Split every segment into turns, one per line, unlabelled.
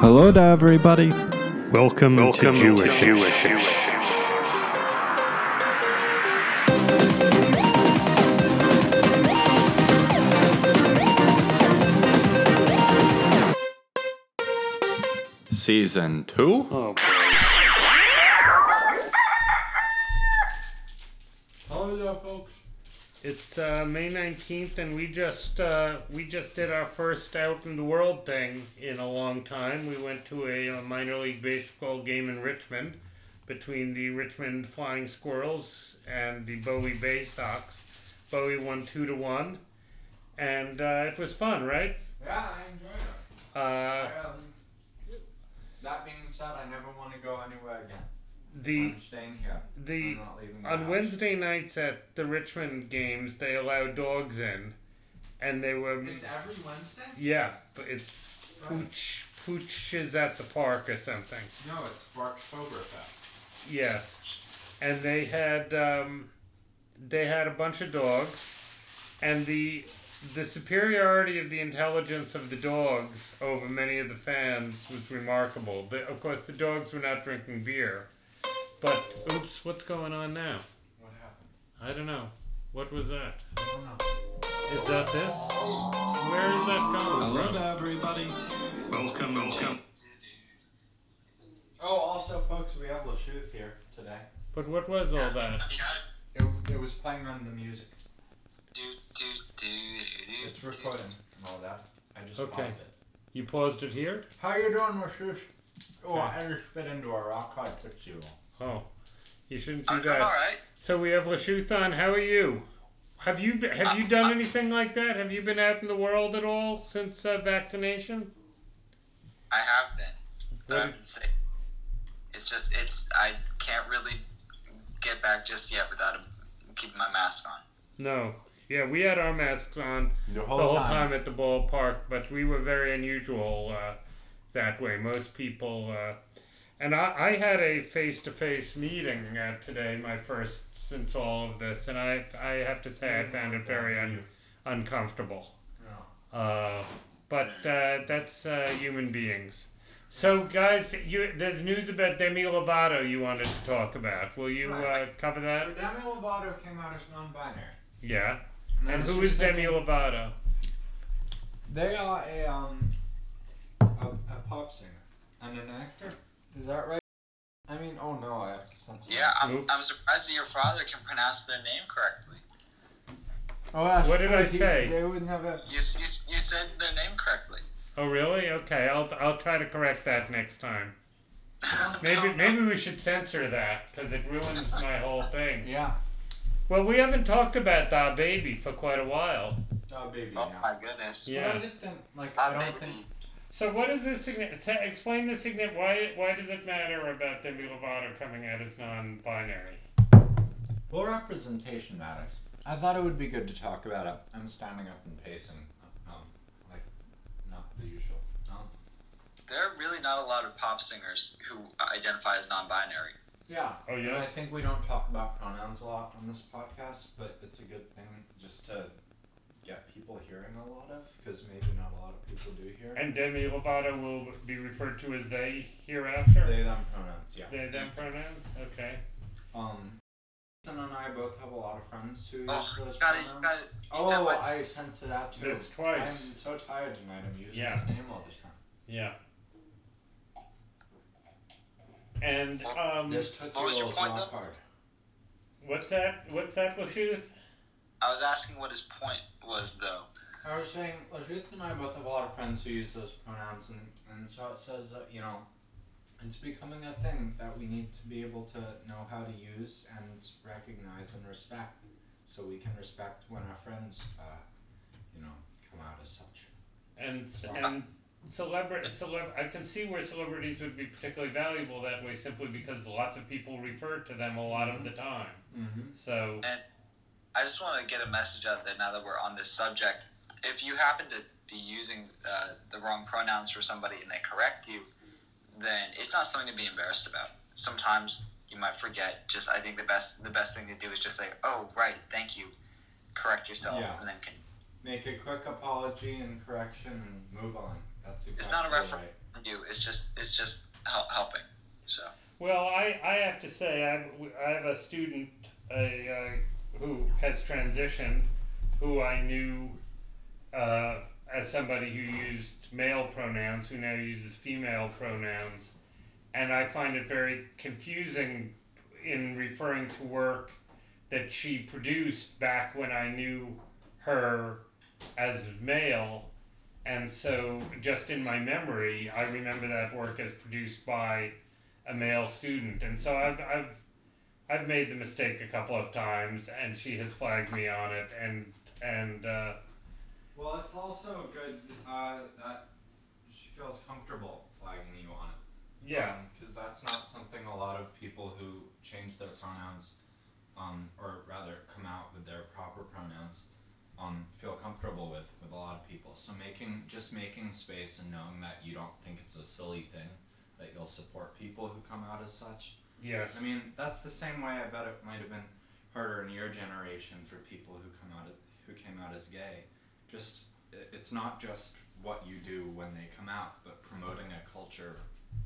Hello there, everybody.
Welcome,
Welcome
to Jewish.
to Jewish.
Season two.
Oh, It's uh, May nineteenth, and we just uh, we just did our first out in the world thing in a long time. We went to a, uh minor league baseball game in Richmond between the Richmond Flying Squirrels and the Bowie Bay Sox. Bowie won two to one, and uh, it was fun, right?
Yeah, I enjoy it.
Uh,
I, um, that being said, I never want to go anywhere again.
the
I'm staying here.
the
I'm not leaving. the
on
house.
Wednesday nights at the Richmond games, they allow dogs in, and they were
It's every Wednesday?
yeah, but it's pooch pooch is at the park or something.
No, it's Barktoberfest.
Yes, and they had um, they had a bunch of dogs, and the the superiority of the intelligence of the dogs over many of the fans was remarkable. The, of course, the dogs were not drinking beer, but oops, what's going on now?
What happened?
I don't know. What was that?
I don't know.
Is that this? Where is that going?
Hello
from?
there, everybody.
Welcome, welcome.
Oh, also, folks, we have Lachute here today.
But what was all that?
It, it was playing on the music. It's recording and all that. I just
Okay.
paused it.
You paused it here?
How you doing, Lachute? Oh, I just spit into a rock hard tootsie roll.
Oh, you shouldn't do that. So we have Lashooth on. How are you? Have you be- have you done anything like that? Have you been out in the world at all since uh, vaccination?
I have been. But
What
I've been sick. It's just it's I can't really get back just yet without a, keeping my mask on.
No. Yeah, we had our masks on
The
the whole time at the ballpark, but we were very unusual uh, that way. Most people, uh, and I, I had a face to face meeting uh, today, my first since all of this, and I, I have to say I found it very un- uncomfortable. Uh, but uh, that's uh, human beings. So, guys, you, there's news about Demi Lovato you wanted to talk about. Will you uh, cover that?
So Demi Lovato came out as non-binary.
Yeah.
I
And
was
who
just
is Demi
thinking-
Lovato?
They are a um a, a pop singer and an actor. Is that right? I mean, oh no, I have to censor.
Yeah, I'm,
Oops.
I'm surprised that your father can pronounce their name correctly.
that. Oh, that's
What did
true.
I
He-
say?
They would never.
You, s- you, s- you said their name correctly.
Oh, really? Okay, I'll, I'll try to correct that next time. Maybe maybe we should censor that because it ruins my whole thing.
Yeah.
Well, we haven't talked about Da Baby for quite a while.
Oh baby.
Oh
yeah.
my goodness.
But I
Yeah.
didn't think. Like I
Ah,
don't
baby.
think.
So what is this? Signi- t- explain the significance. Why why does it matter about Demi Lovato coming out as non-binary?
Well, representation matters. I thought it would be good to talk about it. I'm standing up and pacing. Um, like, not the usual. Um,
There are really not a lot of pop singers who identify as non-binary.
Yeah.
Oh,
And
yes?
I think we don't talk about pronouns a lot on this podcast, but it's a good thing just to get people hearing a lot of, because maybe not a lot of people do hear.
And Demi Lovato will be referred to as they hereafter.
they them pronouns, yeah.
They them pronouns. Okay.
Um, Ethan and I both have a lot of friends who use
Oh,
those
got it,
pronouns.
got it.
Oh, I sent to that too.
That's twice.
I'm so tired tonight. I'm using
Yeah.
his name all the time.
Yeah. And um,
Uh, This Tootsie
what was your
Roll is
point,
not
though?
hard.
what's that? What's that, Lashuth?
I was asking what his point was, though.
I was saying, Lajith and I both have a lot of friends who use those pronouns, and, and so it says that, you know, it's becoming a thing that we need to be able to know how to use and recognize and respect, so we can respect when our friends, uh, you know, come out as such.
and and celebrity celeb I can see where celebrities would be particularly valuable that way simply because lots of people refer to them a lot of the time.
Mm-hmm.
So
I just want to get a message out there now that we're on this subject. If you happen to be using uh, the wrong pronouns for somebody and they correct you, then it's not something to be embarrassed about. Sometimes you might forget. Just I think the best the best thing to do is just say, "Oh, right, thank you," correct yourself,
Yeah.
and then can
make a quick apology and correction and move on. That's exactly
It's not a reference
right.
from you. It's just it's just hel- helping. So
Well, I, I have to say, I have, I have a student a, uh, who has transitioned who I knew uh, as somebody who used male pronouns, who now uses female pronouns. And I find it very confusing in referring to work that she produced back when I knew her as male. And so, just in my memory, I remember that work as produced by a male student, and so I've I've I've made the mistake a couple of times, and she has flagged me on it, and and uh,
Well, it's also good uh, that she feels comfortable flagging you on it.
yeah,
Because Um, that's not something a lot of people who change their pronouns, um, or rather come out with their proper pronouns, um, feel comfortable with with a lot of people. So making just making space and knowing that you don't think it's a silly thing, that you'll support people who come out as such.
yes,
I mean, that's the same way I bet it might have been harder in your generation for people who come out who came out as gay. Just i- it's not just what you do when they come out, but promoting a culture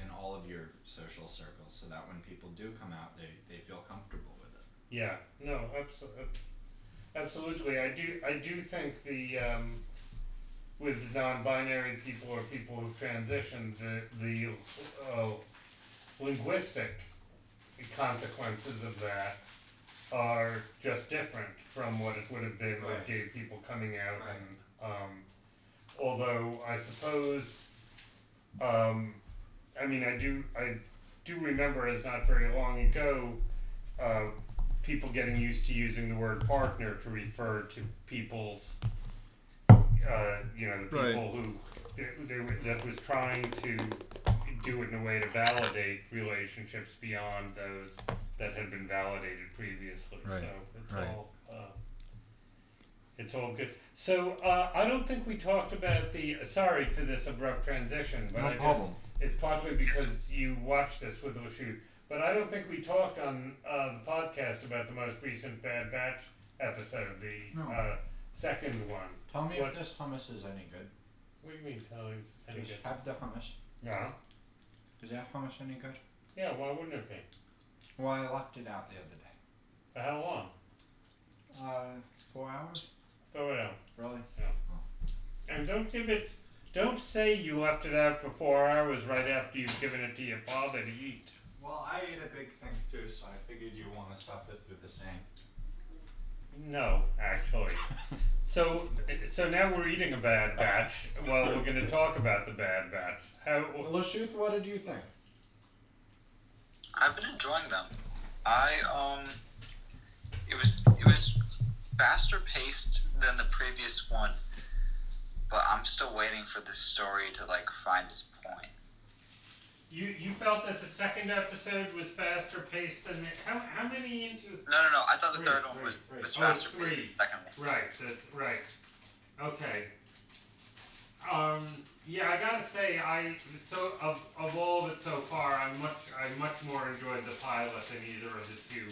in all of your social circles so that when people do come out, they, they feel comfortable with it.
yeah, no, absolutely, absolutely. I do I do think the um, with non-binary people or people who've transitioned, the the uh, linguistic consequences of that are just different from what it would have been with
Right.
gay people coming out
Right.
and um, although I suppose um, I mean I do I do remember as not very long ago uh, people getting used to using the word partner to refer to people's uh, you know the people
Right.
who that- they, were- that was trying to do it in a way to validate relationships beyond those that had been validated previously.
Right.
So it's
Right.
all uh, it's all good. So uh, I don't think we talked about the. Sorry for this abrupt transition, but
No
I
problem.
just it's partly because you watched this with Lachute. But I don't think we talked on uh, the podcast about the most recent Bad Batch episode, the
No.
uh, second one.
Tell me
What-
if this hummus is any good.
What do you mean, Tony? if it's any
Does
good?
it have the hummus?
Yeah.
Does it have hummus any good?
Yeah, why wouldn't it be?
Well, I left it out the other day.
For how long?
Uh, four hours?
Throw it out.
Really?
And don't give it. Don't say you left it out for four hours right after you've given it to your father to eat.
Well, I ate a big thing too, so I figured you want to stuff it with the same.
No, actually. So, so now we're eating a bad batch. Well, we're going to talk about the bad batch. How?
Lashuth, what did you think?
I've been enjoying them. I um, it was it was faster paced than the previous one, but I'm still waiting for this story to like find its point.
You you felt that the second episode was faster paced than the, how how many into?
No, no, no. I thought the
Three,
third one
three,
was
three.
was
Oh,
faster paced than
three.
the second one.
Right. That's right. Okay. Um. Yeah, I gotta say, I so of of all of it so far, I much I much more enjoyed the pilot than either of the two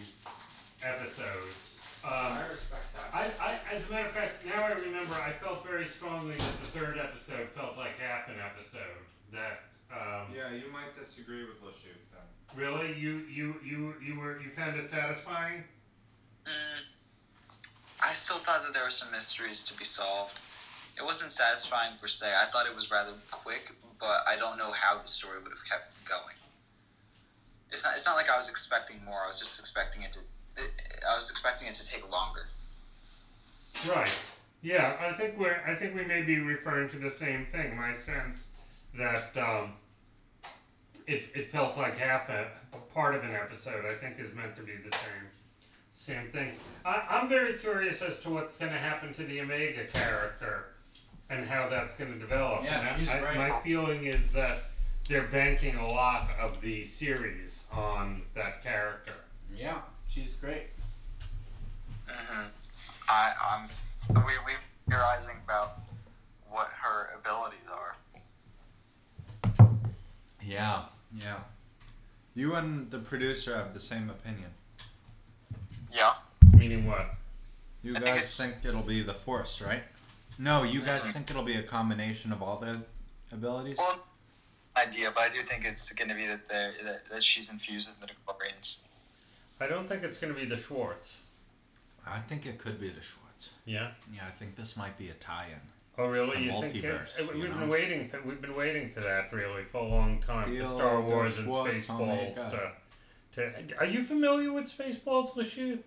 episodes. Um,
I respect that.
I, I, as a matter of fact, now I remember, I felt very strongly that the third episode felt like half an episode. That um,
Yeah, you might disagree with Lashoot then.
really, you, you, you, you were you found it satisfying?
Mm, I still thought that there were some mysteries to be solved. It wasn't satisfying per se. I thought it was rather quick, but I don't know how the story would have kept going. It's not. It's not like I was expecting more. I was just expecting it to. It, I was expecting it to take longer.
Right. Yeah, I think we're I think we may be referring to the same thing. My sense that um, it it felt like half a, a part of an episode. I think is meant to be the same same thing. I, I'm very curious as to what's going to happen to the Omega character and how that's going to develop.
Yeah,
And I-
she's
I-
great.
My feeling is that they're banking a lot of the series on that character.
Yeah, she's great.
Mm-hmm. I, I'm. We we theorizing about what her abilities are.
Yeah, yeah. You and the producer have the same opinion.
Yeah.
Meaning what?
You
I think
guys
it's-
think it'll be the Force, right? No, you guys think it'll be a combination of all the abilities?
Well, idea, but I do think it's going to be that, they're- that that she's infused with midichlorians.
I don't think it's going to be the Schwartz.
I think it could be the Schwartz.
Yeah.
Yeah, I think this might be a tie-in.
Oh really?
The
you think it's, uh,
multiverse,
we've
you
been
know?
waiting for we've been waiting for that really for a long time
Feel
for Star
like a
Wars and
Schwartz
Spaceballs to,
Omega.
to. Are you familiar with Spaceballs, Lachute?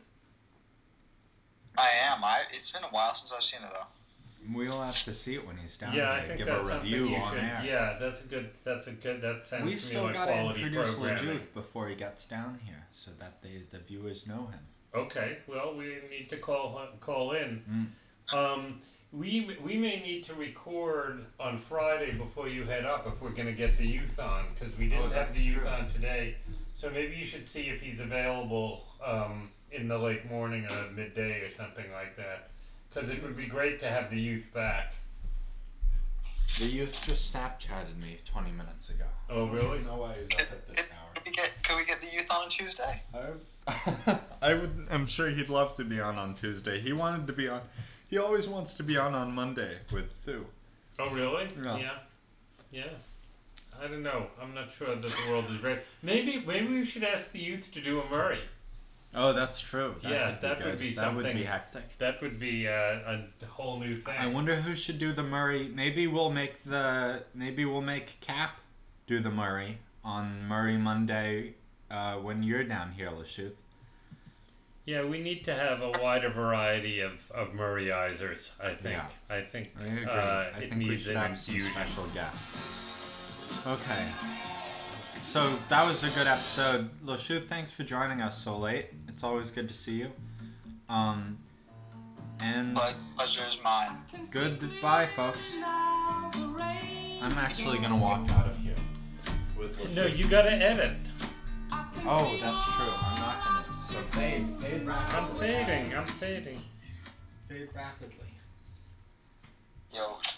I am. I. It's been a while since I've seen it though.
We'll have to see it when he's down.
Yeah,
here
I
to
think
give
that's
a
something
review
you
on
should.
air.
Yeah, that's a good. That's a good. That sounds
We
to
still
me like
gotta
quality
introduce
programming.
LeJuth before he gets down here, so that they the viewers know him.
Okay, well, we need to call call in. Um, we we may need to record on Friday before you head up if we're going to get the youth on because we didn't have
that's
the youth
true.
on today. So maybe you should see if he's available um, in the late morning or midday or something like that. Because it would be great to have the youth back.
The youth just Snapchatted me 20 minutes ago.
Oh, really?
No way he's up at this
Could we get Could we get the youth on Tuesday?
hour.
I would. I'm sure he'd love to be on on Tuesday. He wanted to be on. He always wants to be on on Monday with Thu.
Oh, really?
Yeah.
Yeah. Yeah. I don't know. I'm not sure that the world is ready. Maybe maybe we should ask the youth to do a Murray.
Oh, that's true.
That Yeah, could be that would good. be
that would
something.
be hectic.
That would be uh, a whole new thing.
I wonder who should do the Murray. Maybe we'll make the maybe we'll make Cap do the Murray on Murray Monday uh, when you're down here, Lashooth.
yeah, we need to have a wider variety of, of Murrayizers, I think.
Yeah.
I think,
I agree.
Uh,
I
it
think we
needs
should
an
have some
infusion.
special guests. Okay. So that was a good episode. Lashooth, thanks for joining us so late. It's always good to see you. Um, and
But pleasure is mine.
goodbye, folks. I'm actually gonna walk out of here. With Lashooth.
No, you gotta edit.
Oh, that's true. I'm not gonna. So fade, fade
I'm
rapidly.
fading. I'm fading.
Fade rapidly.
Yo,